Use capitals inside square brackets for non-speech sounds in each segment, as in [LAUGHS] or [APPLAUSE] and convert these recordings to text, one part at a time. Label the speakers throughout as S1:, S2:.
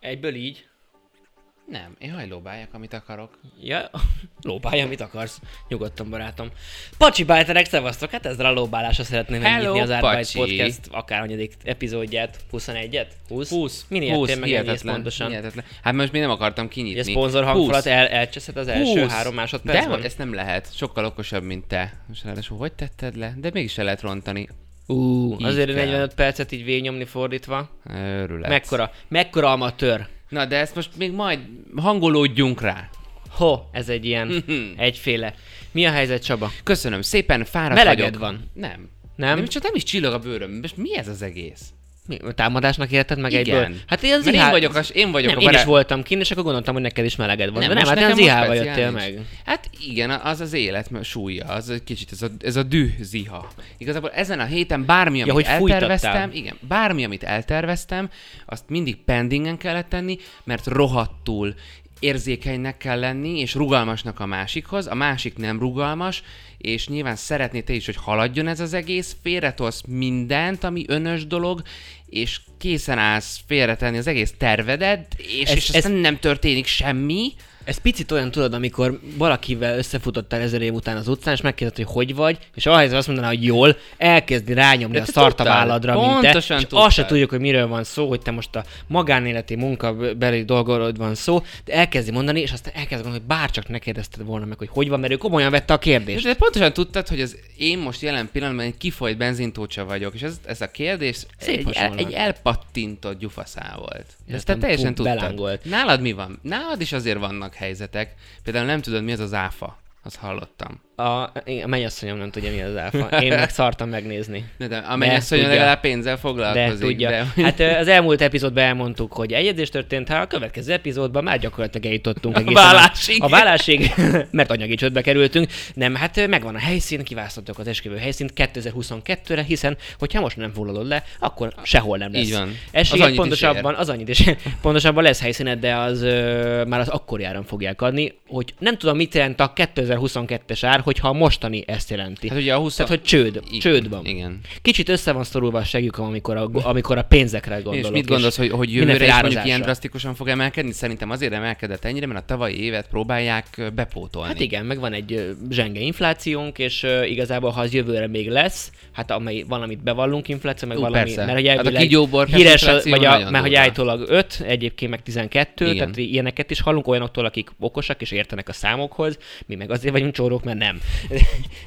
S1: Egyből így.
S2: Nem, én hajlóbáljak, amit akarok.
S1: Ja, [LAUGHS] lóbálj, amit akarsz. Nyugodtan, barátom. Pacsi Bájterek, szevasztok! Hát ezzel a lóbálásra szeretném
S2: Hello,
S1: megnyitni az Árbájt
S2: Pacsi.
S1: Podcast akárhanyadik epizódját. 21-et? 20?
S2: 20.
S1: Minél
S2: 20,
S1: jöttél meg egész pontosan?
S2: Hihetetlen. Hát most még nem akartam kinyitni.
S1: Ugye a szponzor hangfalat el, elcseszed az első
S2: 20.
S1: három másodpercben?
S2: De hogy ezt nem lehet. Sokkal okosabb, mint te. Most ráadásul hogy tetted le? De mégis el lehet rontani.
S1: Ú,
S2: Így
S1: azért
S2: kell.
S1: 45 percet így végnyomni fordítva.
S2: Örület.
S1: Mekkora, mekkora amatőr.
S2: Na, de ezt most még majd hangolódjunk rá.
S1: Ho, ez egy
S2: [LAUGHS]
S1: ilyen egyféle. Mi a helyzet, Csaba?
S2: Köszönöm szépen, fáradt
S1: Meleged
S2: vagyok.
S1: van.
S2: Nem.
S1: Nem?
S2: De még csak nem is csillog a bőröm. Most mi ez az egész?
S1: Mi, támadásnak érted meg
S2: Igen.
S1: egyből? Hát én az
S2: Mert
S1: ihá-
S2: én vagyok, a, én vagyok
S1: nem,
S2: a
S1: én is
S2: barát-
S1: voltam kint, és akkor gondoltam, hogy neked is meleged van. Nem, nem
S2: most
S1: hát én
S2: nekem most
S1: zihával
S2: speciális.
S1: jöttél meg.
S2: Hát igen, az az élet m- súlya, az egy kicsit ez a, ez a düh ziha. Igazából ezen a héten bármi, amit
S1: hogy fújtattál.
S2: elterveztem, igen, bármi, amit elterveztem, azt mindig pendingen kellett tenni, mert rohadtul érzékenynek kell lenni, és rugalmasnak a másikhoz, a másik nem rugalmas, és nyilván szeretné te is, hogy haladjon ez az egész, félretolsz mindent, ami önös dolog, és készen állsz félretenni az egész tervedet, és,
S1: Ez-
S2: és aztán nem történik semmi.
S1: Ez picit olyan tudod, amikor valakivel összefutottál ezer év után az utcán, és megkérdezte, hogy hogy vagy, és ahelyett hogy azt mondaná, hogy jól, elkezdi rányomni
S2: De
S1: a
S2: te
S1: szart a
S2: tudtad.
S1: válladra, mint te, és
S2: Pontosan
S1: azt se
S2: tudtad.
S1: tudjuk, hogy miről van szó, hogy te most a magánéleti munkabeli dolgorod van szó, de elkezdi mondani, és aztán elkezd gondolni, hogy bárcsak ne kérdezted volna meg, hogy hogy van, mert ő komolyan vette a
S2: És
S1: kérdést.
S2: de pontosan tudtad, hogy az én most jelen pillanatban egy kifolyt benzintócsa vagyok, és ez, ez a kérdés
S1: Szép
S2: egy, el,
S1: hasonlat.
S2: egy elpattintott gyufaszá volt. Ezt te
S1: Életem,
S2: teljesen
S1: pú,
S2: tudtad.
S1: belángolt.
S2: Nálad mi van? Nálad is azért vannak helyzetek. Például nem tudod, mi az az áfa. Azt hallottam.
S1: A, a mennyasszonyom nem tudja, mi az áfa. Én meg szartam megnézni.
S2: De, de
S1: De,
S2: amennyi hogy
S1: tudja.
S2: legalább pénzzel
S1: De
S2: foglalkozik.
S1: tudja.
S2: De,
S1: Hát ö, az elmúlt epizódban elmondtuk, hogy egyedés történt, hát a következő epizódban már gyakorlatilag eljutottunk egészen
S2: vállásig.
S1: A, a vállásig, [LAUGHS] mert anyagi csődbe kerültünk. Nem, hát ö, megvan a helyszín, kiválasztottuk az esküvő helyszínt 2022-re, hiszen hogyha most nem foglalod le, akkor sehol nem lesz.
S2: Így van.
S1: Esélyed
S2: Az annyit is
S1: pontosabban, az annyit is, [LAUGHS] pontosabban lesz helyszíned, de az ö, már az akkori áron fogják adni, hogy nem tudom, mit jelent a 2022-es ár, hogyha a mostani ezt jelenti.
S2: hát ugye a 20...
S1: Tehát, hogy csőd,
S2: Igen,
S1: csőd van.
S2: Igen.
S1: Kicsit össze van szorulva a segítőm, amikor a, amikor a pénzekre gondolok.
S2: és mit gondolsz, hogy, hogy jövőre is
S1: mindenféle
S2: mondjuk ilyen
S1: árazásra.
S2: drasztikusan fog emelkedni? Szerintem azért emelkedett ennyire, mert a tavalyi évet próbálják ö, bepótolni.
S1: Hát igen, meg van egy ö, zsenge inflációnk, és ö, igazából ha az jövőre még lesz, hát amely, van, amit bevallunk infláció, meg
S2: Ú,
S1: valami,
S2: persze.
S1: mert hogy
S2: Hát a
S1: elvileg
S2: kigyóborkás
S1: híres, a-
S2: infláció
S1: vagy a,
S2: nagyon
S1: mert hogy
S2: durva.
S1: állítólag 5, egyébként meg 12,
S2: Igen.
S1: tehát i- ilyeneket is hallunk olyanoktól, akik okosak és értenek a számokhoz, mi meg azért vagyunk csórók, mert nem. [LAUGHS]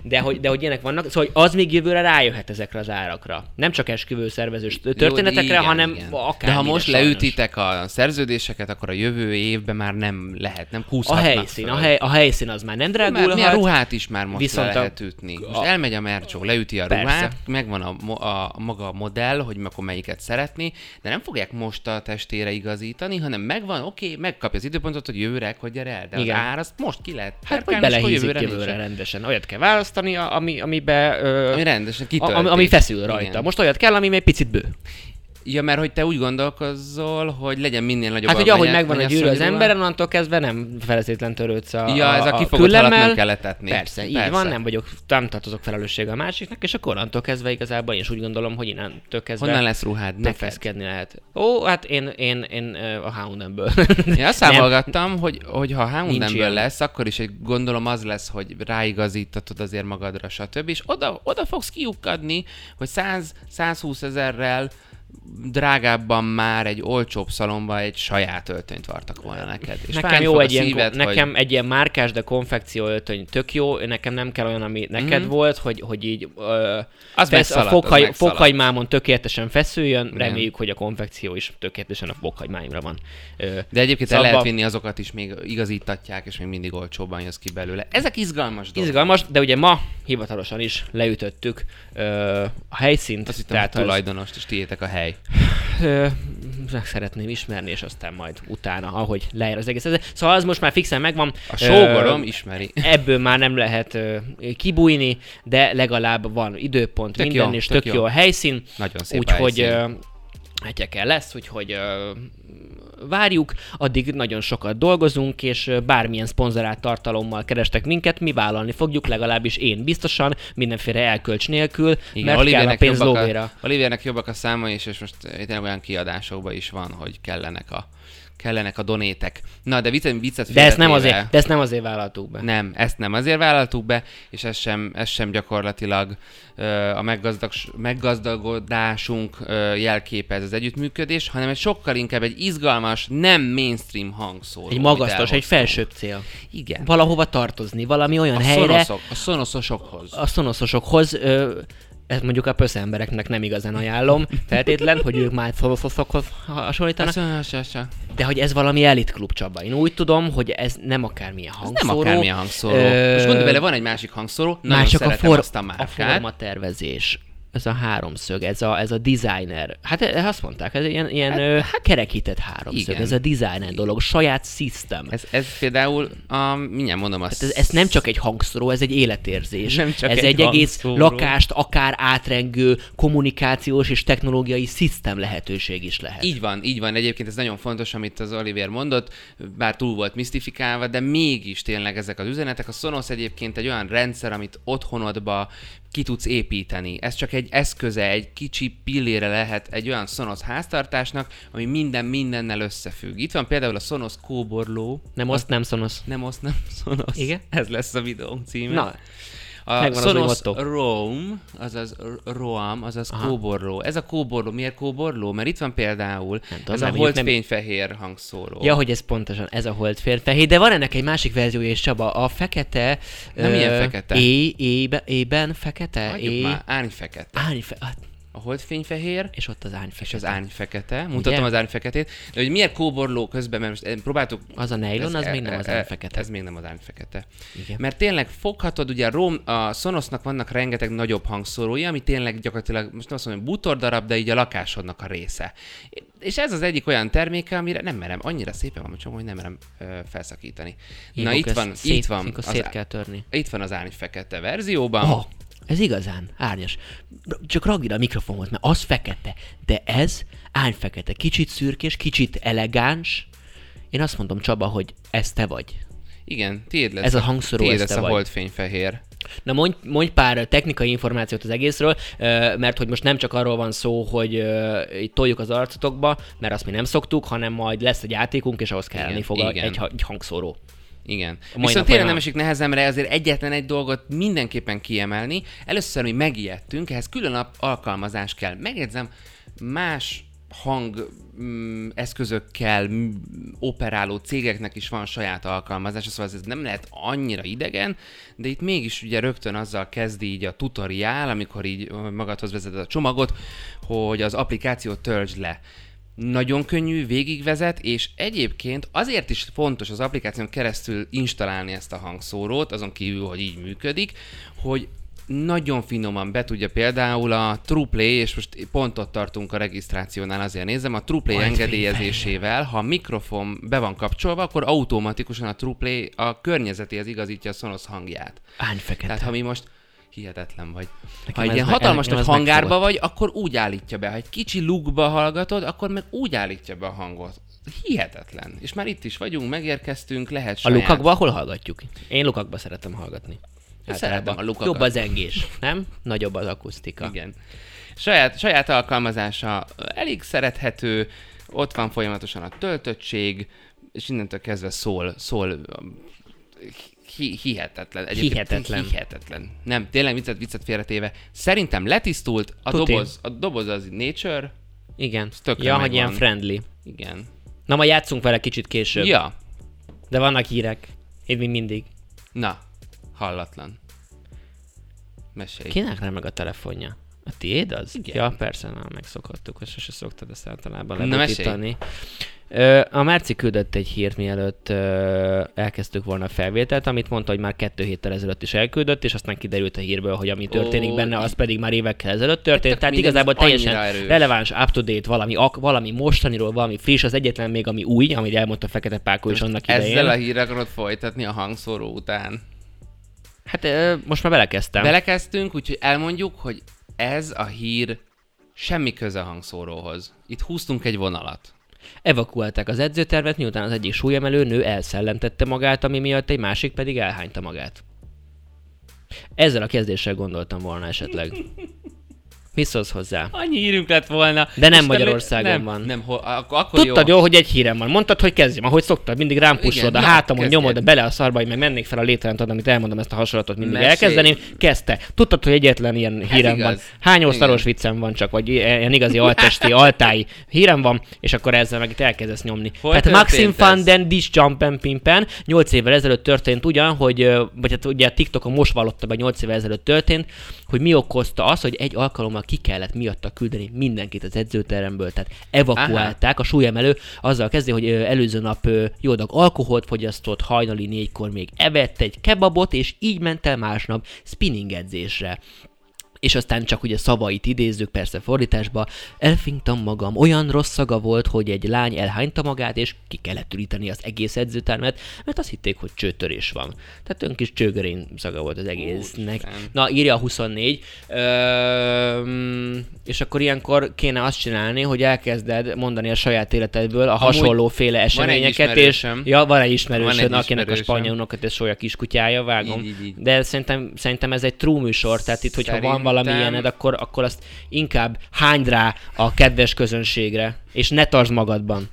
S1: De hogy, de hogy ilyenek vannak, szóval hogy az még jövőre rájöhet ezekre az árakra. Nem csak esküvőszervezős
S2: Jó,
S1: történetekre,
S2: igen,
S1: hanem
S2: igen.
S1: akár.
S2: De ha most leütitek a szerződéseket, akkor a jövő évben már nem lehet, nem
S1: A
S2: kúszhatnak
S1: helyszín,
S2: föl.
S1: a, hely, a helyszín az már nem
S2: Mert mi a
S1: drágulhat.
S2: ruhát is már most
S1: viszont
S2: viszont
S1: a-
S2: le lehet ütni. Most
S1: a-
S2: elmegy a mercsó, leüti a
S1: Persze.
S2: ruhát, megvan a, mo- a, a maga a modell, hogy akkor melyiket szeretné, de nem fogják most a testére igazítani, hanem megvan, oké, megkapja az időpontot, hogy jövőre ekkor gyere el, de
S1: Igen.
S2: az ár azt most ki lehet
S1: Hát vagy
S2: terkelni, és akkor
S1: belehízik jövőre,
S2: nincs.
S1: jövőre rendesen. Olyat kell választani, a- ami, amibe, ö,
S2: Ami rendesen
S1: a-
S2: kitölti.
S1: ami, ami feszül rajta.
S2: Igen.
S1: Most olyat kell, ami még picit bő.
S2: Ja, mert hogy te úgy gondolkozol, hogy legyen minél nagyobb
S1: Hát, hogy
S2: a
S1: ahogy
S2: mennyi-
S1: megvan a gyűrű az
S2: mennyasszony ruha.
S1: emberen, onnantól kezdve nem felezétlen törődsz a
S2: Ja,
S1: a-
S2: ez a kifogott halat
S1: küllemmel.
S2: nem kell letetni.
S1: Persze, így van, nem vagyok, nem tartozok felelősséggel a másiknak, és akkor onnantól kezdve igazából én is úgy gondolom, hogy innentől kezdve
S2: Honnan lesz ruhád? Neked?
S1: töfeszkedni lehet. Ó, hát én, én, én ö, a Houndemből.
S2: Én azt számolgattam, hogy, hogy ha Houndemből
S1: ilyen.
S2: lesz, akkor is egy gondolom az lesz, hogy ráigazítatod azért magadra, stb. És oda, oda fogsz kiukadni, hogy 100, 120 ezerrel drágábban már egy olcsóbb szalomba egy saját öltönyt vartak volna neked. És
S1: nekem
S2: fájni
S1: jó
S2: fog a
S1: egy ilyen,
S2: szíved,
S1: ko-
S2: hogy-
S1: nekem egy ilyen márkás, de konfekció öltöny tök jó, nekem nem kell olyan, ami neked volt, hogy, hogy így ö,
S2: Mhm. Az megszaladt,
S1: a
S2: az
S1: fokhaj,
S2: megszaladt.
S1: fokhagymámon tökéletesen feszüljön, reméljük, hogy a konfekció is tökéletesen a fokhagymáimra van. Ö,
S2: De egyébként el
S1: szabva.
S2: lehet vinni azokat is, még igazítatják, és még mindig olcsóban jössz ki belőle. Ezek izgalmas dolgok.
S1: izgalmas, de ugye ma hivatalosan is leütöttük ö, a helyszínt.
S2: Azt hittem, hogy
S1: az-
S2: tulajdonost, és tiétek a hely.
S1: Ö, meg szeretném ismerni, és aztán majd utána, ahogy leér az egész. Szóval az most már fixen megvan.
S2: A
S1: Ö,
S2: sógorom ismeri.
S1: ebből már nem lehet ö, kibújni, de legalább van időpont
S2: Tök
S1: minden,
S2: jó,
S1: és tök,
S2: tök
S1: jó.
S2: jó
S1: a helyszín. hát
S2: Nagyon szép a
S1: úgyhogy
S2: helyszín.
S1: ö, hetjekkel lesz, úgyhogy ö, várjuk, addig nagyon sokat dolgozunk, és bármilyen szponzorált tartalommal kerestek minket, mi vállalni fogjuk, legalábbis én biztosan, mindenféle elkölcs nélkül, Igen, mert Olivernek kell a pénz
S2: jobbak
S1: lóvéra.
S2: A, Olivernek jobbak a számai, és, és most tényleg olyan kiadásokban is van, hogy kellenek a kellenek a donétek. Na, de viccet, viccet
S1: De ezt nem, azért, de ezt nem azért vállaltuk be.
S2: Nem, ezt nem azért vállaltuk be, és ez sem, ez sem gyakorlatilag ö, a meggazdag, meggazdagodásunk ö, jelképe ez az együttműködés, hanem egy sokkal inkább egy izgalmas, nem mainstream hangszóró.
S1: Egy
S2: amit
S1: magasztos, egy
S2: elhoztunk.
S1: felsőbb cél.
S2: Igen.
S1: Valahova tartozni, valami olyan
S2: A,
S1: helyre,
S2: szonoszok, a szonoszosokhoz.
S1: a szonoszosokhoz, ö, ezt mondjuk a pösz embereknek nem igazán ajánlom, feltétlen, hogy ők már szoroszosokhoz hasonlítanak,
S2: Szonoszosok.
S1: de hogy ez valami elit klub Csaba. Én úgy tudom, hogy ez nem akármilyen
S2: Ez
S1: hangszóró.
S2: nem akármilyen hangszóró.
S1: Ö,
S2: Most gondolj bele, van egy másik hangszóró, nagyon
S1: Mások a,
S2: szeretem
S1: for-
S2: azt a
S1: a
S2: márkát.
S1: forma tervezés. Ez a háromszög, ez a, ez a designer. Hát e- azt mondták, ez ilyen, ilyen hát, hát, kerekített háromszög,
S2: igen.
S1: igen. ez a designer dolog, saját system. Ez,
S2: Ez, ez például, a, mindjárt mondom azt.
S1: Hát ez, ez nem csak egy hangszóró, ez egy életérzés.
S2: Nem csak
S1: ez
S2: egy
S1: egy, egész
S2: hangszóró.
S1: lakást akár átrengő kommunikációs és technológiai system lehetőség is lehet.
S2: Így van, így van. Egyébként ez nagyon fontos, amit az Oliver mondott, bár túl volt misztifikálva, de mégis tényleg ezek az üzenetek. A Sonos egyébként egy olyan rendszer, amit otthonodba ki tudsz építeni. Ez csak egy eszköze, egy kicsi pillére lehet egy olyan Sonos háztartásnak, ami minden mindennel összefügg. Itt van például a Sonos kóborló.
S1: Nem azt nem szonosz.
S2: Nem azt, nem Sonos.
S1: Igen?
S2: Ez lesz a videónk címe.
S1: Na,
S2: A
S1: Megvan az új
S2: Sonos
S1: motto.
S2: Roam, azaz R- Roam, azaz Aha. kóborló. Ez a kóborló, miért kóborló? Mert itt van például
S1: Nem tudom,
S2: ez a
S1: mert mondjuk nem-
S2: holdfényfehér hangszóró.
S1: ja, hogy ez pontosan, ez a holdfér fehér, de van ennek egy másik verziója is, Csaba, a fekete...
S2: Nem
S1: ö,
S2: ilyen fekete.
S1: É, ébe, ében fekete,
S2: Hagyjuk
S1: é,
S2: már, árny fekete.
S1: Árny fe- hát,
S2: A holdfényfehér
S1: és ott az árny
S2: és
S1: fekete.
S2: az árny fekete. Mutattam az árny feketét. De hogy miért kóborló közben, mert most eh, próbáltuk...
S1: Az a nylon, az
S2: eh,
S1: még nem az
S2: eh,
S1: árny fekete.
S2: Ez még nem az árny fekete.
S1: Igen.
S2: Mert tényleg foghatod, ugye a, Rom, a Sonosnak vannak rengeteg nagyobb hangszórója, ami tényleg gyakorlatilag, most nem azt mondom, hogy butordarab, de így a lakásodnak a része. És ez az egyik olyan terméke, amire nem merem, annyira szépen van a csomó, hogy nem merem ö, felszakítani. Na
S1: Hívok
S2: itt
S1: ezt
S2: van,
S1: szét,
S2: itt van,
S1: Akkor
S2: az,
S1: szét kell törni.
S2: itt van az árny fekete verzióban.
S1: Oh, ez igazán árnyas. R- Csak ragd ide a mikrofonot, mert az fekete, de ez árny fekete. Kicsit szürkés, kicsit elegáns. Én azt mondom, Csaba, hogy ez te vagy.
S2: Igen, tiéd lesz.
S1: Ez a hangszóró,
S2: tiéd
S1: ez
S2: lesz
S1: te
S2: a
S1: vagy.
S2: holdfényfehér.
S1: Na mondj, mondj pár technikai információt az egészről, ö, mert hogy most nem csak arról van szó, hogy ö, itt toljuk az arcotokba, mert azt mi nem szoktuk, hanem majd lesz egy játékunk, és ahhoz kelleni
S2: Igen,
S1: fog a-
S2: igen.
S1: egy, ha- egy hangszóró.
S2: Igen.
S1: mai nap
S2: Viszont tényleg nem
S1: olyan.
S2: esik nehezemre azért egyetlen egy dolgot mindenképpen kiemelni. Először mi megijedtünk, ehhez külön ap- alkalmazás kell. Megjegyzem, más hang mm, eszközökkel mm, operáló cégeknek is van saját alkalmazása, szóval ez nem lehet annyira idegen, de itt mégis ugye rögtön azzal kezdi így a tutoriál, amikor így ö, magadhoz vezeted a csomagot, hogy az applikációt töltsd le. Nagyon könnyű, végigvezet, és egyébként azért is fontos az applikáción keresztül installálni ezt a hangszórót, azon kívül, hogy így működik, hogy nagyon finoman be tudja például a TruePlay, és most pont ott tartunk a regisztrációnál, azért nézem, a TruePlay
S1: Majd
S2: engedélyezésével, ha a mikrofon be van kapcsolva, akkor automatikusan a TruePlay a környezetéhez igazítja a szonosz hangját.
S1: Árny fekete.
S2: Tehát ha mi most hihetetlen vagy.
S1: Nekem
S2: Ha egy
S1: ez
S2: ilyen
S1: meg-
S2: hatalmas
S1: nekem
S2: nagy
S1: ez
S2: hangárba
S1: megfogott.
S2: vagy, akkor úgy állítja be. Ha egy kicsi lukba hallgatod, akkor meg úgy állítja be a hangot. Hihetetlen. És már itt is vagyunk, megérkeztünk, lehet
S1: A
S2: saját.
S1: lukakba hol hallgatjuk? Én lukakba szeretem hallgatni.
S2: Szeretem
S1: Általában.
S2: a lukakat.
S1: Jobb az engés, nem? Nagyobb az akusztika.
S2: Igen. Saját, saját alkalmazása elég szerethető, ott van folyamatosan a töltöttség, és innentől kezdve szól, szól um, hi- hihetetlen. Egyébként
S1: Hihetetlen.
S2: Hihetetlen. Nem, tényleg viccet, viccet félretéve. Szerintem letisztult, a
S1: Tuti.
S2: doboz, a doboz az Nature,
S1: Igen.
S2: tökre
S1: Ja, hogy
S2: megvan.
S1: ilyen friendly.
S2: igen.
S1: Na, ma játszunk vele kicsit később.
S2: Ja,
S1: De vannak hírek. Én még mindig.
S2: na, hallatlan. Mesélj.
S1: Kinek nem meg a telefonja? A tiéd az?
S2: Igen.
S1: Ja, persze, már megszokhattuk, és sose szoktad ezt általában
S2: Na,
S1: lebutítani. Ö, A Márci küldött egy hírt, mielőtt ö, elkezdtük volna a felvételt, amit mondta, hogy már kettő héttel ezelőtt is elküldött, és aztán kiderült a hírből, hogy ami történik
S2: Ó,
S1: benne, az pedig már évekkel ezelőtt történt.
S2: tök
S1: Tehát
S2: mindegy,
S1: igazából
S2: ez annyira
S1: teljesen
S2: erős.
S1: releváns, up-to-date, valami, ak- valami mostaniról, valami friss, az egyetlen még, ami új, amit elmondta Fekete Pákó is annak idején.
S2: Ezzel a hírrel akarod folytatni a hangszóró után.
S1: Hát ö, most már belekezdtem.
S2: Belekezdtünk, úgyhogy elmondjuk, hogy ez a hír semmi köze a hangszóróhoz. Itt húztunk egy vonalat.
S1: Evakuálták az edzőtervet, miután az egyik súlyemelő nő elszellentette magát, ami miatt egy másik pedig elhányta magát. Ezzel a kezdéssel gondoltam volna esetleg. Mi szólsz hozzá?
S2: Annyi hírünk lett volna.
S1: De nem
S2: Isten,
S1: Magyarországon
S2: nem,
S1: van.
S2: Nem, hol, ak- akkor
S1: Tudtad
S2: jó.
S1: jó, hogy egy hírem van. Mondtad, hogy kezdjem, ahogy szoktad, mindig rám pusolod a
S2: na,
S1: hátamon,
S2: kezdjed.
S1: nyomod bele a szarba, hogy meg mennék fel a létrán, tudod, amit elmondom ezt a hasonlatot, mindig
S2: Mesélj.
S1: elkezdeném. Kezdte. Tudtad, hogy egyetlen ilyen hírem
S2: igaz.
S1: van. Hány osztaros
S2: Igen.
S1: viccem van csak, vagy ilyen igazi
S2: [LAUGHS]
S1: altesti, altái hírem van, és akkor ezzel meg itt elkezdesz nyomni.
S2: Hol
S1: Tehát
S2: történt
S1: Maxim
S2: ez?
S1: van den Disjumpen Pimpen 8 évvel ezelőtt történt ugyan, hogy, ö, vagy hát ugye a TikTokon most vallotta be 8 évvel ezelőtt történt, hogy mi okozta az, hogy egy alkalommal ki kellett miatta küldeni mindenkit az edzőteremből. Tehát evakuált megtámadták. A súlyemelő azzal kezdi, hogy ö, előző nap ö, jó adag alkoholt fogyasztott, hajnali négykor még evett egy kebabot, és így ment el másnap spinning edzésre. És aztán csak ugye szavait idézzük, persze fordításba. Elfingtam magam, olyan rossz szaga volt, hogy egy lány elhányta magát, és ki kellett üríteni az egész edzőtermet, mert azt hitték, hogy csőtörés van. Tehát ön kis csőgörény szaga volt az egésznek.
S2: Úristen.
S1: Na, írja a 24. Öm, és akkor ilyenkor kéne azt csinálni, hogy elkezded mondani a saját életedből a hasonlóféle eseményeket, és
S2: ismerősöm.
S1: ja, van egy ismerősöd,
S2: Van egy
S1: akinek a
S2: ismerősöm.
S1: spanyol unokat és olyan kiskutyája, vágom.
S2: Így, így, így.
S1: De szerintem, szerintem ez egy true műsor, tehát itt, hogyha van valami
S2: Szerintem-
S1: ilyened, akkor, akkor azt inkább hányd rá a kedves közönségre, és ne tartsd magadban,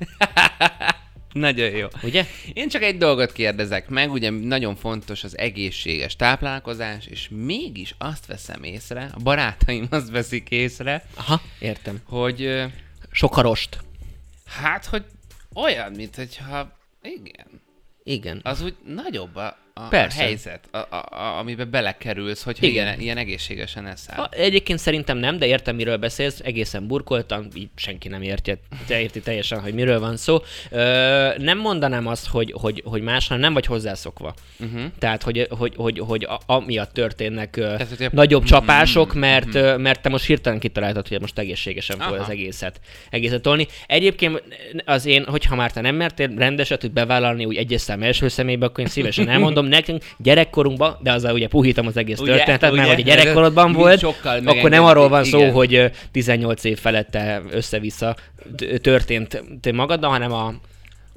S2: Nagyon jó.
S1: ugye?
S2: Én csak egy dolgot kérdezek meg, ugye nagyon fontos az egészséges táplálkozás, és mégis azt veszem észre, a barátaim azt veszik észre,
S1: Aha, értem.
S2: hogy ö,
S1: Sokarost.
S2: hát, hogy olyan, mint hogyha igen,
S1: Igen.
S2: az úgy nagyobb a, a, a
S1: Persze.
S2: helyzet, a, a, a, amiben belekerülsz, hogyha
S1: Igen.
S2: igen. Ilyen, ilyen egészségesen eszel.
S1: A, egyébként szerintem nem, de értem, miről beszélsz, egészen burkoltan, így senki nem érti, te érti teljesen, hogy miről van szó. Ö, nem mondanám azt, hogy, hogy, hogy más, hanem nem vagy hozzászokva.
S2: Mhm.
S1: Uh-huh. Tehát, hogy, hogy, hogy, hogy a, amiatt történnek ö,
S2: Tehát, hogyha- Mhm.
S1: nagyobb csapások, mert, ö, mert te most hirtelen kitaláltad, hogy most egészségesen fogod
S2: Aha.
S1: az egészet, egészet tolni. Egyébként az én, hogyha már te nem mertél rendeset, hogy bevállalni úgy egyes szám első személybe, akkor én szívesen elmondom nekünk gyerekkorunkban, de azzal ugye puhítom az egész
S2: Ugye?
S1: történetet, mert
S2: Ugye?
S1: hogy a gyerekkorodban
S2: Mi
S1: volt,
S2: sokkal
S1: akkor nem
S2: megengedték,
S1: arról van szó,
S2: igen.
S1: hogy ö, 18 év felette össze-vissza t- történt te magaddal, hanem a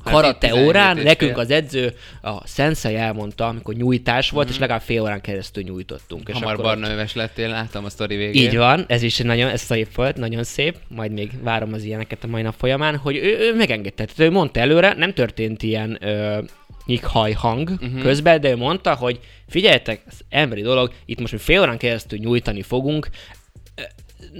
S2: Hát
S1: karate
S2: 17
S1: órán
S2: és
S1: nekünk
S2: fél.
S1: az edző, a sensei elmondta, amikor nyújtás volt, és legalább fél órán keresztül nyújtottunk. és
S2: Mhm. Hamar
S1: akkor
S2: barna öves lettél, láttam a sztori végén.
S1: így van, ez is egy nagyon ez szép volt, nagyon szép, majd még várom az ilyeneket a mai nap folyamán, hogy ő, ő megengedte, tehát ő mondta előre, nem történt ilyen ö, nyikhaj hang
S2: Mhm.
S1: uh-huh. közben, de ő mondta, hogy figyeljetek, ez emberi dolog, itt most mi fél órán keresztül nyújtani fogunk, Ö,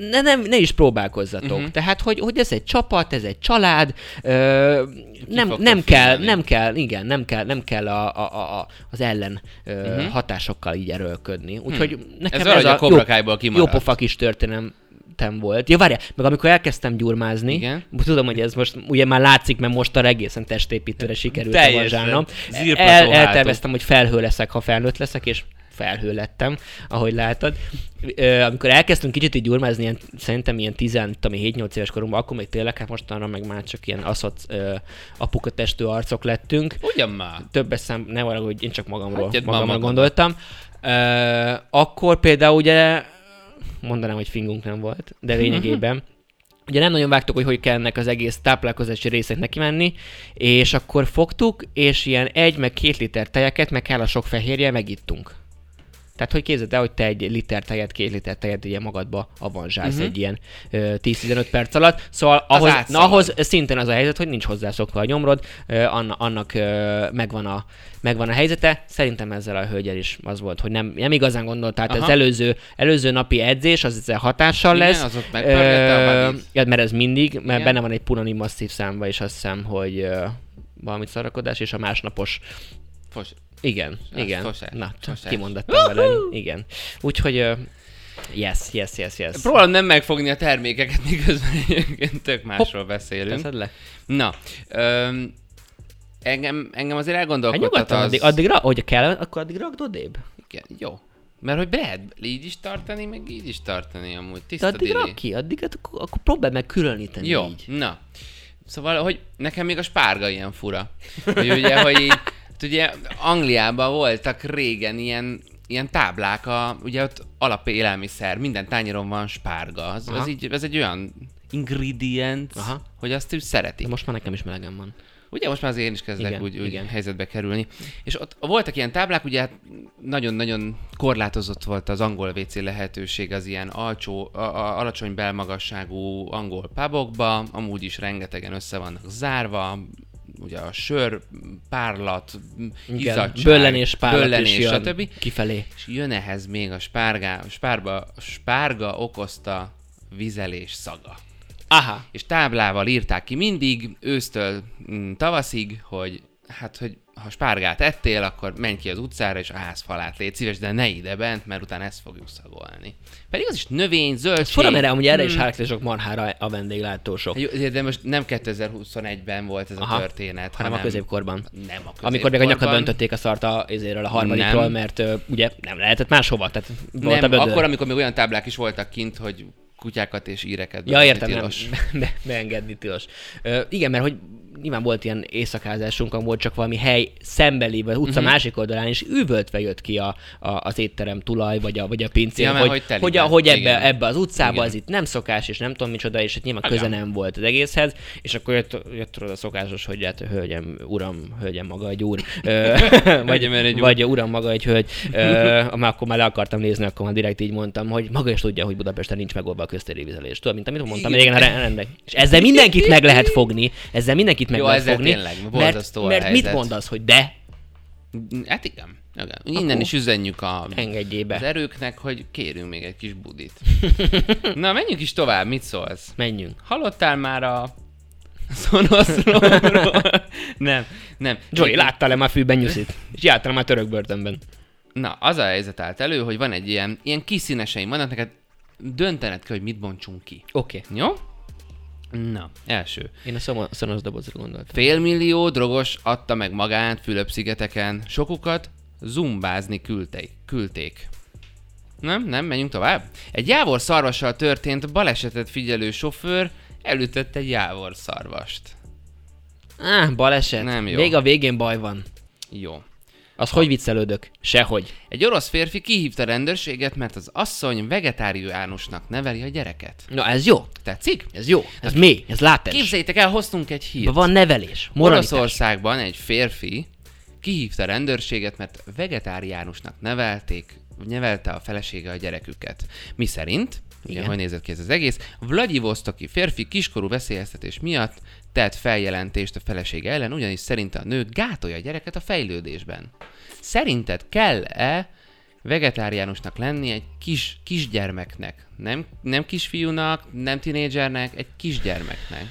S1: ne, nem, ne is próbálkozzatok.
S2: Mhm.
S1: Uh-huh. Tehát, hogy, hogy ez egy csapat, ez egy család, ö, nem,
S2: fogtok
S1: nem kell,
S2: figyelni?
S1: nem kell, igen, nem kell, nem kell a, a, a, a- az ellen ö, uh-huh. hatásokkal így erőlködni. Úgyhogy nekem ez,
S2: Mhm. Hm. valahogy a
S1: jó-
S2: Cobra Kai-ból
S1: jó
S2: kimaradt.
S1: pofa pofa kis történetem volt. Ja, várjál, meg amikor elkezdtem gyurmázni,
S2: Igen.
S1: tudom, hogy ez most ugye már látszik, mert most a egészen testépítőre sikerült
S2: Teljesen.
S1: avanzsálnom.
S2: Zirplató
S1: El,
S2: hátul.
S1: elterveztem, hogy felhő leszek, ha felnőtt leszek, és felhő lettem, ahogy látod. Ö, amikor elkezdtünk kicsit így gyurmázni, ilyen, szerintem ilyen 10, nem tudom, 7-8 éves koromban, akkor még tényleg, hát mostanra meg már csak ilyen aszott ö, apuka testű arcok lettünk
S2: Ugyan már.
S1: több eszem, ne arra, hogy én csak magamról,
S2: Hagyjad már
S1: magamra
S2: magad.
S1: gondoltam. Ö, akkor például ugye, mondanám, hogy fingunk nem volt, de lényegében, ugye nem nagyon vágtuk, hogy hogy kell ennek az egész táplálkozási résznek neki menni, és akkor fogtuk, és ilyen egy meg két liter tejeket, meg kell a sok fehérje, megittunk. Tehát, hogy képzeld el, hogy te egy liter tejet, két liter tejet ugye magadba avanzsálsz uh-huh. egy ilyen ö, 10-15 perc alatt. Szóval ahhoz, na,
S2: átszalad.
S1: ahhoz szintén az a helyzet, hogy nincs hozzászokva a nyomrod, ö, anna, annak ö, megvan, a, megvan a helyzete. Szerintem ezzel a hölgyel is az volt, hogy nem, nem igazán gondolt, tehát
S2: Aha.
S1: az előző, előző napi edzés az ezzel hatással
S2: Igen,
S1: lesz.
S2: az ott megpörgette a
S1: Ö,
S2: vadíz.
S1: ja, mert ez mindig, mert
S2: Igen.
S1: benne van egy punani masszív számba, és azt hiszem, hogy ö, valami szarakodás, és a másnapos
S2: Fos.
S1: igen,
S2: Az
S1: igen.
S2: sose,
S1: Na, t-
S2: sose.
S1: kimondattam veled. Igen. Úgyhogy, ö, yes, yes, yes, yes.
S2: Próbálom nem megfogni a termékeket, [LAUGHS] miközben egyébként tök másról beszélünk.
S1: Teszed le?
S2: Na, öm, engem, engem azért
S1: Hát
S2: elgondolkodtat
S1: nyugodtan,
S2: az...
S1: addig, addigra, hogyha kell, akkor addig rakd odébb.
S2: Igen, jó. Mert hogy be lehet így is tartani, meg így is tartani amúgy.
S1: De
S2: Tiszta
S1: addig
S2: dili.
S1: rak ki, addig, hát akkor, akkor próbálj meg különíteni
S2: Jó,
S1: így.
S2: na. Szóval, hogy nekem még a spárga ilyen fura. Hogy ugye, hogy így, hát ugye Angliában voltak régen ilyen, ilyen táblák, a, ugye ott alapélelmiszer, minden tányéron van spárga. Az,
S1: Aha.
S2: az így, ez egy olyan ingredients,
S1: Aha.
S2: Aha. hogy azt ő szereti.
S1: De most már nekem is melegem van.
S2: Ugye most már azért én is kezdek
S1: Igen,
S2: igen, úgy, úgy
S1: igen.
S2: igen. helyzetbe kerülni. És ott voltak ilyen táblák, ugye hát nagyon-nagyon korlátozott volt az angol WC lehetőség az ilyen alcsó, a, a, alacsony belmagasságú angol pubokba, amúgy is rengetegen össze vannak zárva, ugye a sör, párlat,
S1: Igen,
S2: izzadság,
S1: böllenés, párlat
S2: böllenés,
S1: is jön
S2: stb.
S1: kifelé.
S2: És jön ehhez még a spárgá, spárba, spárga okozta vizelés szaga
S1: Aha.
S2: és táblával írták ki mindig, ősztől mm, tavaszig, hogy hát, hogy ha spárgát ettél, akkor menj ki az utcára, és a ház falát légy szíves, de ne ide bent, mert utána ezt fogjuk szagolni. Pedig az is növény, zöldség.
S1: Fura, mert amúgy erre is háklások marhára a vendéglátósok.
S2: Hmm. Jó, de- De most nem 2021-ben volt ez a
S1: Aha.
S2: történet,
S1: Hanem a középkorban.
S2: Nem hát a
S1: Amikor még a nyakadba
S2: középkorban.
S1: öntötték a szart a, izéről, a harmadikról,
S2: Nem.
S1: mert ö, ugye nem lehetett máshova, tehát volt a
S2: nem,
S1: bödör.
S2: akkor, amikor még olyan táblák is voltak kint, hogy kutyákat és íreket
S1: Ja,
S2: bevetni
S1: értem, nem, [LAUGHS]
S2: tilos.
S1: be, beengedni tilos. Ö, igen, mert hogy nyilván volt ilyen éjszakázásunk, ahol csak valami hely szembeli, vagy utca
S2: Mhm.
S1: uh-huh. másik oldalán is üvöltve jött ki a, a, az étterem tulaj, vagy a, vagy a pincér,
S2: Ja, mert
S1: hogy,
S2: hogy telibe.
S1: hogy, a, hogy ebbe,
S2: Igen.
S1: ebbe az utcába,
S2: Igen.
S1: ez itt nem szokás, és nem tudom micsoda, és hát nyilván köze
S2: Igen.
S1: nem volt az egészhez, és akkor jött, jött tudod a szokásos, hogy hát hölgyem, uram, hölgyem maga egy úr,
S2: [LAUGHS]
S1: Ö, [LAUGHS] vagy,
S2: Hölgyem, egy úr.
S1: vagy uram maga egy hölgy,
S2: [LAUGHS]
S1: Ö, már akkor már le akartam nézni, akkor már direkt így mondtam, hogy maga is tudja, hogy Budapesten nincs megoldva a köztéri vizelés. Tudod, mint amit mondtam
S2: Igen.
S1: régen a re- rendek. És ezzel mindenkit meg lehet fogni, ezzel mindenkit meg
S2: Jó,
S1: lehet
S2: ezzel
S1: fogni.
S2: tényleg,
S1: mert
S2: borzasztó a
S1: mert mit
S2: helyzet.
S1: mondasz, hogy de,
S2: Hát igen. igen. Innen is üzenjük a,
S1: engedjél
S2: az
S1: be,
S2: erőknek, hogy kérünk még egy kis budit. Na, menjünk is tovább, mit szólsz?
S1: menjünk.
S2: Hallottál már a szonoszról? nem, nem.
S1: Johnny, láttál-e már fűben nyuszit? És jártál már török börtönben.
S2: Na, az a helyzet állt elő, hogy van egy ilyen, ilyen kis színeseim vannak, neked döntened kell, hogy mit bontsunk ki.
S1: Oké. Okay.
S2: Jó? Na, első.
S1: Én a szomo- szonos dobozra gondoltam.
S2: Félmillió drogos adta meg magát Fülöp-szigeteken. Sokukat zumbázni küldték. küldték. Nem, nem, menjünk tovább. Egy jávor szarvassal történt balesetet figyelő sofőr elütött egy jávor szarvast.
S1: Á, baleset.
S2: Nem jó.
S1: Még a végén baj van.
S2: Jó.
S1: Az hogy viccelődök? Sehogy.
S2: Egy orosz férfi kihívta rendőrséget, mert az asszony vegetáriánusnak neveli a gyereket.
S1: Na ez jó.
S2: Tetszik?
S1: Ez jó. Ez mély. Ez látens.
S2: Képzeljétek el, hoztunk egy hírt.
S1: Van nevelés. Moralitás.
S2: Oroszországban egy férfi kihívta a rendőrséget, mert vegetáriánusnak nevelték, nevelte a felesége a gyereküket. Mi szerint, ugye,
S1: Igen.
S2: hogy nézett ki ez az egész, Vladivostoki férfi kiskorú veszélyeztetés miatt tett feljelentést a felesége ellen, ugyanis szerinte a nő gátolja a gyereket a fejlődésben. Szerinted kell-e vegetáriánusnak lenni egy kis, kisgyermeknek? Nem, nem kisfiúnak, nem tinédzsernek, egy kisgyermeknek.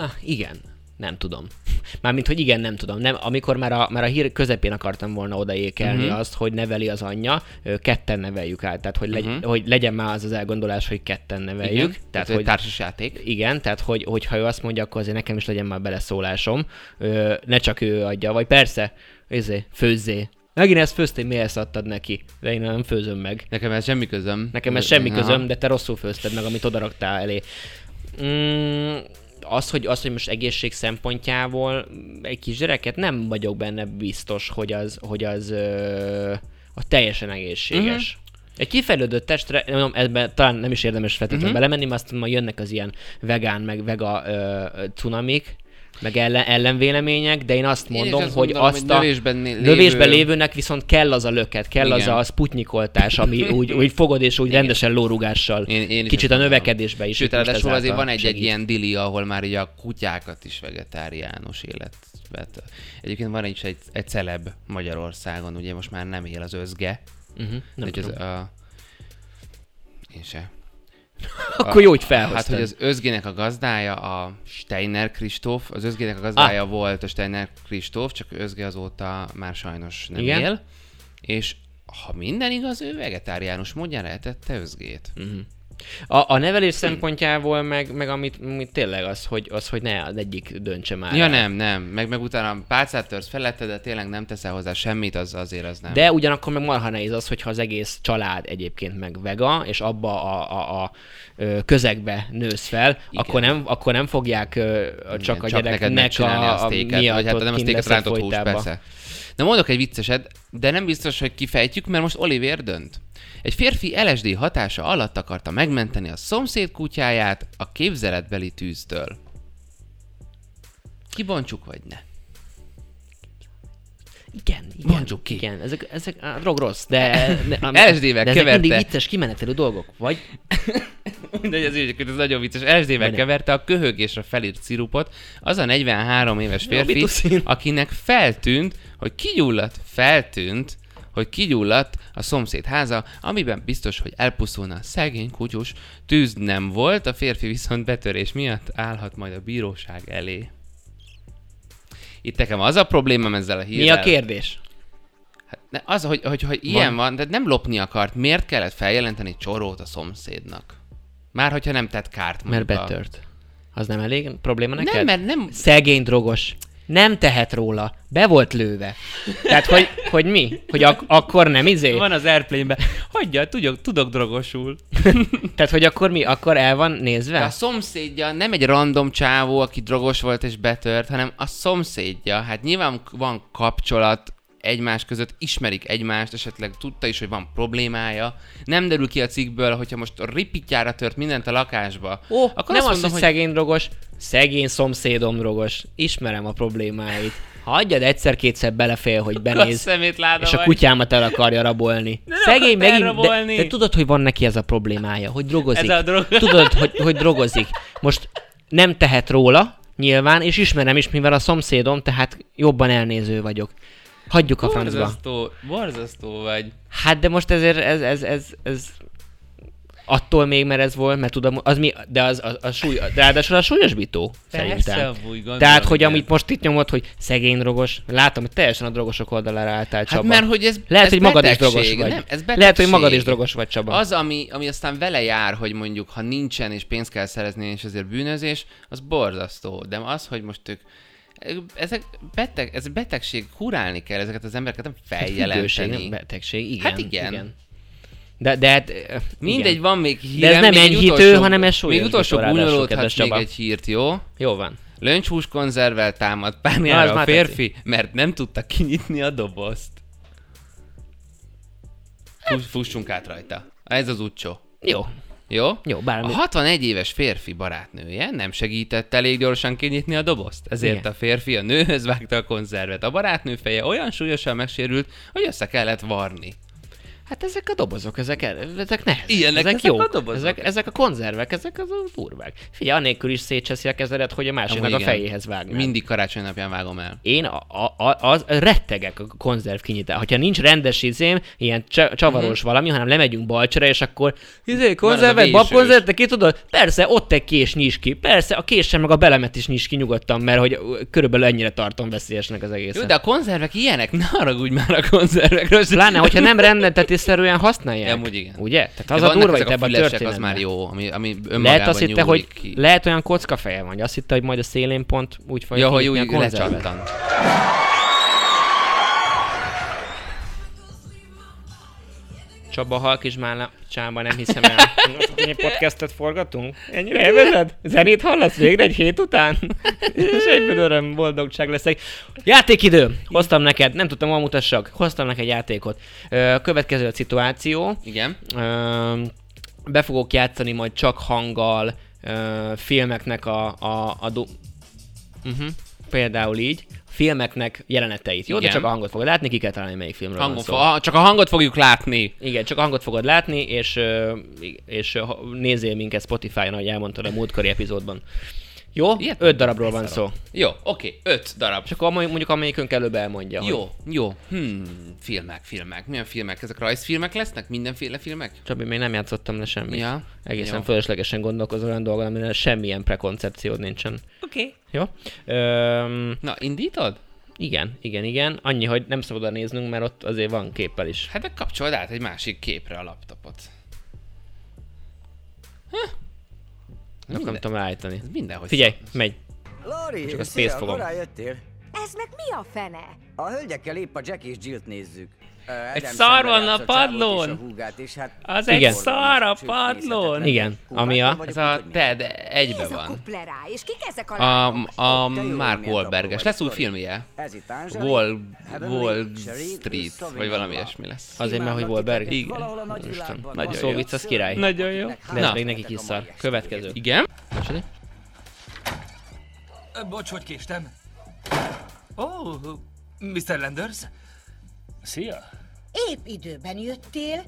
S1: Ah, igen. Nem tudom. Mármint, hogy igen, nem tudom. Nem, amikor már a, már a hír közepén akartam volna odaékelni
S2: Mhm.
S1: uh-huh. azt, hogy neveli az anyja, ö, ketten neveljük át. Tehát, hogy, legy, uh-huh. hogy legyen már az az elgondolás, hogy ketten neveljük.
S2: Mhm. Igen? Tehát, hogy társasjáték.
S1: Igen, tehát hogy, hogy ha ő azt mondja, akkor azért nekem is legyen már beleszólásom. Ö, ne csak ő adja, vagy persze, izé, főzzé. Megint ezt főztél, miért ezt adtad neki? De én nem főzöm meg.
S2: Nekem ez semmi közöm.
S1: Nekem ez semmi
S2: Aha.
S1: közöm, de te rosszul főzted meg, amit odaraktál elé. Mm, az, hogy, az, hogy most egészség szempontjából mm, egy kisgyereket nem vagyok benne biztos, hogy az, hogy az ö, a teljesen egészséges.
S2: Mhm.
S1: Uh-huh. Egy kifejlődött testre, nem, tudom, ebben talán nem is érdemes feltétlenül
S2: Mhm.
S1: uh-huh. belemenni, mert azt ma jönnek az ilyen vegán, meg vega ö, ö, cunamik, meg ellen, ellenvélemények, de én azt
S2: Én is
S1: mondom,
S2: azt
S1: hogy
S2: gondolom,
S1: azt
S2: hogy
S1: a
S2: növésben lévő-
S1: növésben lévőnek viszont kell az a löket, kell az
S2: Igen.
S1: a sputnikoltás, ami
S2: [LAUGHS]
S1: úgy, úgy fogod és úgy rendesen lórugással
S2: Én- én is
S1: kicsit
S2: ezt
S1: a
S2: gondolom.
S1: növekedésbe is.
S2: Sőt,
S1: itt most
S2: ráadásul azért
S1: ezáltal
S2: van egy, egy
S1: segít.
S2: ilyen dili, ahol már így a kutyákat is vegetáriánus életbe. t- Egyébként van is egy, egy celeb Magyarországon, ugye most már nem él az özge.
S1: Uh-huh, nem
S2: Hogy az,
S1: tudom.
S2: a... Én se.
S1: Akkor jó, hogy
S2: Hát,
S1: felhoztad.
S2: hogy az özgének a gazdája a Steiner Kristóf, az özgének a gazdája ah. volt a Steiner Kristóf, csak özge azóta már sajnos nem
S1: Igen.
S2: Igen. él. És ha minden igaz, ő vegetáriánus módjára etette özgét.
S1: Mm. a, a nevelés szempontjából meg, meg amit, amit tényleg az, hogy, az, hogy ne az egyik döntse már.
S2: Ja
S1: el.
S2: nem, nem. Meg, meg utána pálcát törsz felette, de tényleg nem teszel hozzá semmit, az azért az nem.
S1: De ugyanakkor meg marha nehéz az, hogyha az egész család egyébként meg vega, és abba a, a, a ö, közegbe nősz fel, akkor nem, akkor nem fogják ö, csak
S2: Igen,
S1: a
S2: neked
S1: gyereknek
S2: megcsinálni
S1: a, a
S2: azt téket,
S1: miatt
S2: vagy hát
S1: ott
S2: nem azt
S1: kint
S2: téket
S1: leszed
S2: rántott hús,
S1: folytában.
S2: persze. Na mondok egy vicceset, de nem biztos, hogy kifejtjük, mert most Oliver dönt. Egy férfi LSD hatása alatt akarta megmenteni a szomszéd kutyáját a képzeletbeli tűztől. Kibontsuk vagy ne?
S1: Igen, igen.
S2: Mondjuk ki.
S1: Igen, ezek, ezek á, drog rossz, de...
S2: [LAUGHS]
S1: de
S2: LSD-vel
S1: de ezek mindig
S2: keverte.
S1: vicces kimenetelő dolgok. Vagy
S2: Mindegy, ez, így, ez nagyon vicces. LSD-vel
S1: Majdnem.
S2: keverte a köhögésre felírt szirupot az a 43 éves férfi,
S1: Robitussin.
S2: akinek feltűnt, hogy kigyulladt, feltűnt, hogy kigyulladt a szomszéd háza, amiben biztos, hogy elpusztulna a szegény kutyus. Tűz nem volt, a férfi viszont betörés miatt állhat majd a bíróság elé. Itt nekem az a problémám ezzel a hírrel.
S1: mi a kérdés?
S2: Ne, az, hogy, hogy, hogy ilyen van, de nem lopni akart, miért kellett feljelenteni csorót a szomszédnak? Már hogyha nem tett
S1: Mert
S2: kárt mondjuk a-
S1: betört. Az nem elég probléma neked?
S2: Nem, mert nem...
S1: Szegény drogos. Nem tehet róla. Be volt lőve. Tehát, hogy, hogy mi? Hogy ak- akkor nem izé?
S2: Van az airplane-ben. Hagyja, tudok, tudok drogosul.
S1: Tehát, hogy akkor mi? Akkor el van
S2: De a
S1: nézve?
S2: szomszédja nem egy random csávó, aki drogos volt és betört, hanem a szomszédja. Hát nyilván k- van kapcsolat egymás között, ismerik egymást, esetleg tudta is, hogy van problémája. Nem derül ki a cikkből, hogyha most a ripitjára tört mindent a lakásba.
S1: Ó,
S2: akkor
S1: nem
S2: azt
S1: az,
S2: mondom,
S1: hogy,
S2: hogy-
S1: szegény drogos, szegény szomszédom drogos. Ismerem a problémáit. Hagyjad egyszer-kétszer belefél,
S2: [LAUGHS]
S1: hogy
S2: A
S1: benéz.
S2: szemét láda
S1: és a
S2: vagy.
S1: kutyámat el akarja rabolni.
S2: Nem
S1: Szegény
S2: akart
S1: megint, de,
S2: elrabolni.
S1: de tudod, hogy van neki ez a problémája, hogy drogozik.
S2: Ez a drog.
S1: [LAUGHS] Tudod, hogy, hogy drogozik. Most nem tehet róla, nyilván, és ismerem is, mivel a szomszédom, tehát jobban elnéző vagyok. Hagyjuk a francba.
S2: Borzasztó, borzasztó vagy.
S1: Hát de most ezért ez, ez, ez, ez attól még, mert ez volt, mert tudom, az mi, de az, az, az súly, de ráadásul a súlyosbító,
S2: Persze,
S1: szerintem.
S2: amúgy gondolom,
S1: Tehát, hogy
S2: igen.
S1: amit most itt nyomod, hogy szegény drogos, látom, hogy teljesen a drogosok oldalára álltál,
S2: Hát
S1: Csaba.
S2: mert hogy ez
S1: Lehet,
S2: ez
S1: hogy magad is
S2: betegség.
S1: drogos vagy.
S2: Nem, ez betegség.
S1: Lehet, hogy magad is drogos vagy, Csaba.
S2: Az, ami, ami aztán vele jár, hogy mondjuk, ha nincsen és pénzt kell szerezni, és ezért bűnözés, az borzasztó. De az, hogy most ők ezek beteg, ez betegség, kurálni kell ezeket az embereket, nem
S1: Függőség, Hát nem
S2: feljelenteni.
S1: betegség, igen.
S2: Hát igen.
S1: De, de hát... ö,
S2: Mindegy,
S1: igen.
S2: van még hír.
S1: ez nem enyhítő, hanem ez súlyos
S2: Még utolsó
S1: botol, ráadásul, kedves
S2: gúnyolódhatsz még
S1: Csaba.
S2: egy hírt, jó?
S1: Jó van.
S2: Löncshús konzervvel támad
S1: Na, ez
S2: párjára a
S1: már
S2: férfi, mert nem tudta kinyitni a dobozt. Fuss- Fussunk át rajta. Ez az utcsó.
S1: Jó.
S2: Jó?
S1: Jó, bármi.
S2: A 61 éves férfi barátnője nem segített elég gyorsan kinyitni a dobozt, ezért
S1: Igen.
S2: a férfi a nőhöz vágta a konzervet. A barátnő feje olyan súlyosan megsérült, hogy össze kellett varni.
S1: Hát ezek a dobozok, ezek, ezek nehez.
S2: Ilyenek
S1: ezek,
S2: ezek
S1: jók.
S2: a dobozok.
S1: Ezek, ezek a konzervek, ezek az a durvák. Figyelj, anélkül is szétcseszi a kezedet, hogy a másiknak
S2: Amúgy
S1: a
S2: igen.
S1: fejéhez vágnád.
S2: Mindig karácsony napján vágom el.
S1: Én a, a, a, az rettegek a konzerv kinyitás. Hogyha nincs rendes izém, ilyen csa, csavaros
S2: Mhm.
S1: mm-hmm. valami, hanem lemegyünk balcsra, és akkor izé, konzervet,
S2: vésős.
S1: babkonzervet, te ki tudod? Persze, ott egy kés nyis ki. Persze, a késsel meg a belemet is nyis ki nyugodtan, mert hogy ö, körülbelül ennyire tartom veszélyesnek az egészet.
S2: Jó, de a konzervek ilyenek, [LAUGHS] ne haragudj már a konzervekről.
S1: Pláne, hogyha nem rendeltetésszerűen használják.
S2: Amúgy igen.
S1: Ugye? Tehát
S2: De
S1: az a
S2: vannak
S1: durva,
S2: ezek
S1: itt ebben a
S2: fülesek,
S1: történetben.
S2: az már jó, ami, ami önmagában
S1: Lehet azt hitte,
S2: nyúlik
S1: hogy
S2: ki.
S1: lehet olyan kocka feje van, hogy azt hitte, hogy majd a szélén pont úgy fogja
S2: ja, hogy
S1: kinyitni
S2: úgy
S1: a konzervet.
S2: lecsattan.
S1: Csaba halk is már le- csámba nem hiszem [LAUGHS] el. Ennyi podcastot forgatunk? Ennyire élvezed? [LAUGHS] Zenét hallasz végre egy hét [LAUGHS] után? És egyből öröm, boldogság leszek. Játékidő! Hoztam neked, nem tudtam, hol mutassak. Hoztam neked egy játékot. Ö, Következő a szituáció.
S2: Igen.
S1: Ö, Be fogok játszani majd csak hanggal ö, filmeknek a, a, a do... uh-huh. például így filmeknek jeleneteit. Jó,
S2: Igen.
S1: de csak a hangot fogod látni, ki kell találni, melyik filmről
S2: Hangon
S1: van szó.
S2: fo- ah, csak a hangot fogjuk látni.
S1: Igen, csak a hangot fogod látni, és, ö, és ö, ha- nézzél minket Spotify-on, ahogy elmondtad a múltkori epizódban. Jó?
S2: Ilyet
S1: Öt darabról van szó.
S2: Jó, oké, öt darab.
S1: És akkor amely- mondjuk amelyikünk előbb elmondja. Hogy...
S2: Jó, jó. Hmm, filmek, filmek. Milyen filmek? Ezek rajzfilmek lesznek? Mindenféle filmek?
S1: Csabi, még nem játszottam le semmit.
S2: Ja,
S1: Egészen
S2: jó.
S1: fölöslegesen gondolkozol olyan dolgon, amire semmilyen prekoncepciód nincsen.
S2: Oké. Okay.
S1: Jó? Öm,
S2: Na, indítod?
S1: igen, igen, igen. Annyi, hogy nem szabad oda néznünk, mert ott azért van képpel is.
S2: Hát de kapcsold át egy másik képre a laptopot.
S1: Nem
S2: Minden-
S1: tudom állítani.
S2: Ez mindenhogy
S1: Figyelj,
S2: szó-
S1: megy.
S3: Lori,
S1: Csak a
S3: szia,
S1: space fogom.
S3: korán jöttél.
S4: Ez meg mi a fene?
S3: A hölgyekkel épp a Jack és Jill-t nézzük.
S1: Egy szar van a padlón!
S3: hát
S1: Az egy szar a padlón! Igen, ami a-
S2: Ez a Ted egybe
S3: Ez a
S2: van.
S3: kuplerá, és kik ezek a
S2: A,
S3: lányok?
S2: a Mark Wahlberges. Lesz új filmje. Wall, Wall Street, vagy valami ilyesmi lesz.
S1: Azért már, hogy Wahlberg.
S2: Igen.
S1: Úristen,
S2: Nagyon
S1: szó
S2: jó.
S1: vicc, az király.
S2: Nagyon jó.
S1: De ez
S2: Na.
S1: még nekik is szar. Következő.
S2: Igen?
S1: Második.
S4: Ö, Bocs, hogy késtem. Ó, Mr. Landers. Szia.
S3: Épp időben jöttél.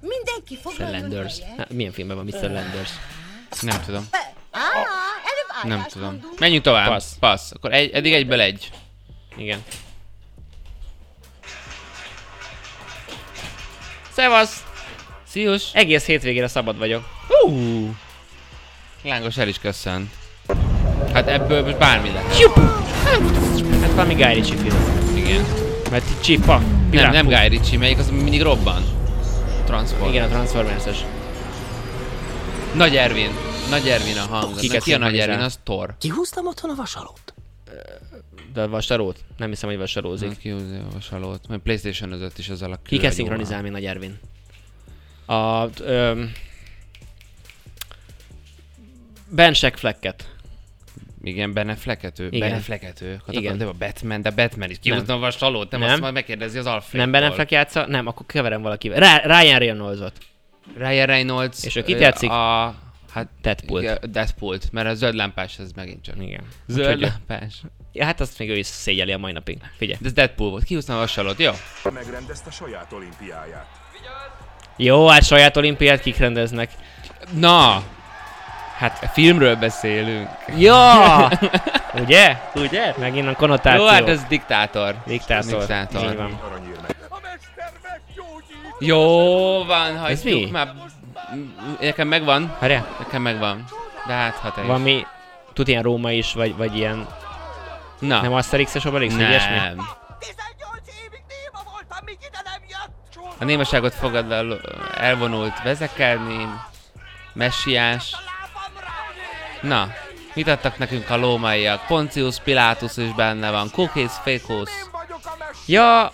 S3: Mindenki
S1: Mr.
S3: foglaljon
S1: Landers.
S3: helyet.
S1: Hát, milyen filmben van Mr. Landers?
S2: Nem tudom.
S3: Á, előbb
S2: Nem
S3: állást
S2: tudom.
S3: mondunk.
S2: Menjünk tovább.
S1: Passz.
S2: Passz. Passz. Akkor egy, eddig egyből egy.
S1: Igen.
S2: Szevasz! Szius!
S1: Egész hétvégére szabad vagyok.
S2: Hú! Lángos el is köszön. Hát ebből most bármi lehet.
S1: Hát valami Guy Ritchie film.
S2: Igen.
S1: Mert itt csipa.
S2: Nem,
S1: pirát-
S2: nem Guy Ritchie, melyik az ami mindig robban. Transform.
S1: Igen, a Transformers-es.
S2: Nagy Ervin. Nagy Ervin a hang.
S1: Kiket
S2: Na, Ki a Nagy
S1: szinkronizál?
S2: Ervin? Az Thor.
S5: Kihúztam otthon a vasalót.
S1: De vasarót? Nem hiszem, hogy vasarózik.
S2: Ki a salót. Majd Playstation 5 is azzal a
S1: Ki kell
S2: kőragyóval.
S1: szinkronizál még Nagy Ervin? A... Öm, ben Flecket.
S2: Igen, Benne Flekető.
S1: Igen.
S2: Benne Flekető. Hát
S1: Igen.
S2: Igen. de a Batman, de a Batman is kihúztam a vasalót.
S1: Nem.
S2: Nem, nem, azt majd megkérdezi az Alfred.
S1: Nem Ben Affleck játsza? Nem, akkor keverem valakivel. Rá- Ryan Reynoldsot.
S2: Ryan Reynolds.
S1: És ő kit
S2: ö,
S1: játszik?
S2: A... Hát
S1: Deadpoolt.
S2: igen, Deadpoolt, mert a zöld lámpás ez megint csak.
S1: Igen.
S2: Zöld
S1: Úgyhogy-
S2: lámpás.
S1: Ja, hát azt még ő is szégyeli a mai napig. Figyelj.
S2: De ez Deadpool volt. Kihúztam a vasalót, jó?
S6: megrendezte saját olimpiáját.
S1: Jó, hát saját olimpiát kik rendeznek.
S2: Na! Hát a filmről beszélünk. [LAUGHS]
S1: Ja! Ugye? Ugye? Megint a konnotáció.
S2: Jó, hát ez diktátor.
S1: Diktátor.
S2: Diktátor.
S1: Így van.
S6: Aranyérmek.
S2: Jó van, hagyjuk
S1: mi?
S2: már. M- Nekem megvan.
S1: Várjál,
S2: Nekem megvan. De hát, ha te is.
S1: valami... Tud ilyen Róma is, vagy, vagy ilyen...
S2: Na.
S1: Nem Asterix-es Obelix, vagy ilyesmi?
S2: Ah. nem.
S7: 18 évig néma voltam, míg ide nem jött!
S2: A némaságot fogad el, elvonult vezekelni. Messiás. Na, mit adtak nekünk a rómaiak? Pontius Pilatus is benne van, Cookies, Fékusz,
S1: Ja...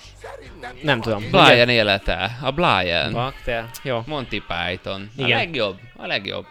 S1: Nem tudom.
S2: Brian élete, a Brian,
S1: Bakter. Jó.
S2: Monty Python, a
S1: Igen.
S2: legjobb, a legjobb.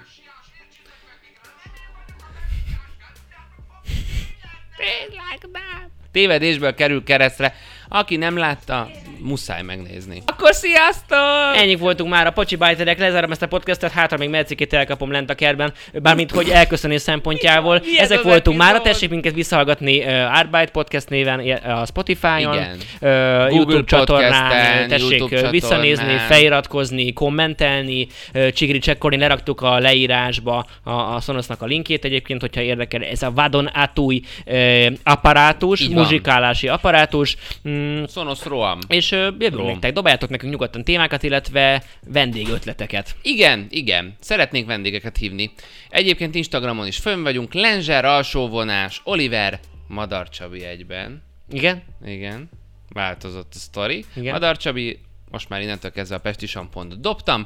S2: Tényleg nem. Tévedésből kerül keresztre, aki nem látta, muszáj megnézni. Akkor sziasztok!
S1: Ennyi voltunk már a Pocsi Bájterek, lezárom ezt a podcastet, hátra még mercikét elkapom lent a kertben, bármint hogy elköszönés szempontjából.
S2: Mi ez
S1: Ezek
S2: az
S1: voltunk már,
S2: epizód?
S1: tessék minket visszahallgatni uh, Arbeit Podcast néven i- a Spotify-on,
S2: Igen.
S1: ö, YouTube csatornán,
S2: Podcasten,
S1: tessék
S2: YouTube
S1: ö, visszanézni,
S2: csatornán.
S1: feliratkozni, kommentelni, ö, Csigri Csekkorin leraktuk a leírásba a, a Sonosnak a linkjét egyébként, hogyha érdekel, ez a Vadon Atui ö, apparátus,
S2: Így van.
S1: muzsikálási apparátus. Mm,
S2: Szonosz Roam.
S1: és ö, jövünk
S2: Jó.
S1: nektek, dobáljátok nekünk nyugodtan témákat, illetve vendégötleteket.
S2: Igen, igen. Szeretnék vendégeket hívni. Egyébként Instagramon is fönn vagyunk. Lenzser, alsóvonás, Oliver, Madar Csabi egyben.
S1: Igen?
S2: Igen. Változott a sztori.
S1: Igen.
S2: Madar Csabi most már innentől kezdve a Pesti Sampont dobtam,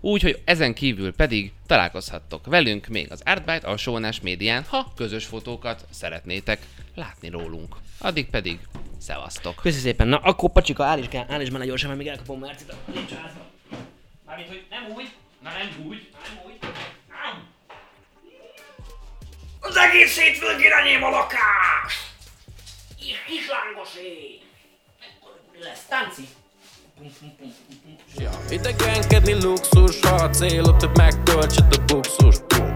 S2: úgyhogy ezen kívül pedig találkozhattok velünk még az Artbyte alsóvonás médián, ha közös fotókat szeretnétek látni rólunk. Addig pedig, szevasztok!
S1: Köszi szépen. Na, akkor pacsika, állíts, kell- állíts benne gyorsan, mert még elkapom Márcit a lépcsőházba. Mármint, hogy nem úgy. Na nem úgy. Na nem úgy. Állj! Az egész hétvégén enyém a lakás! Ilyen kis lángosé! Ekkor lesz tánci.
S5: Idegenkedni luxus, ha a célod, hogy megtöltsed a buxust. Pum.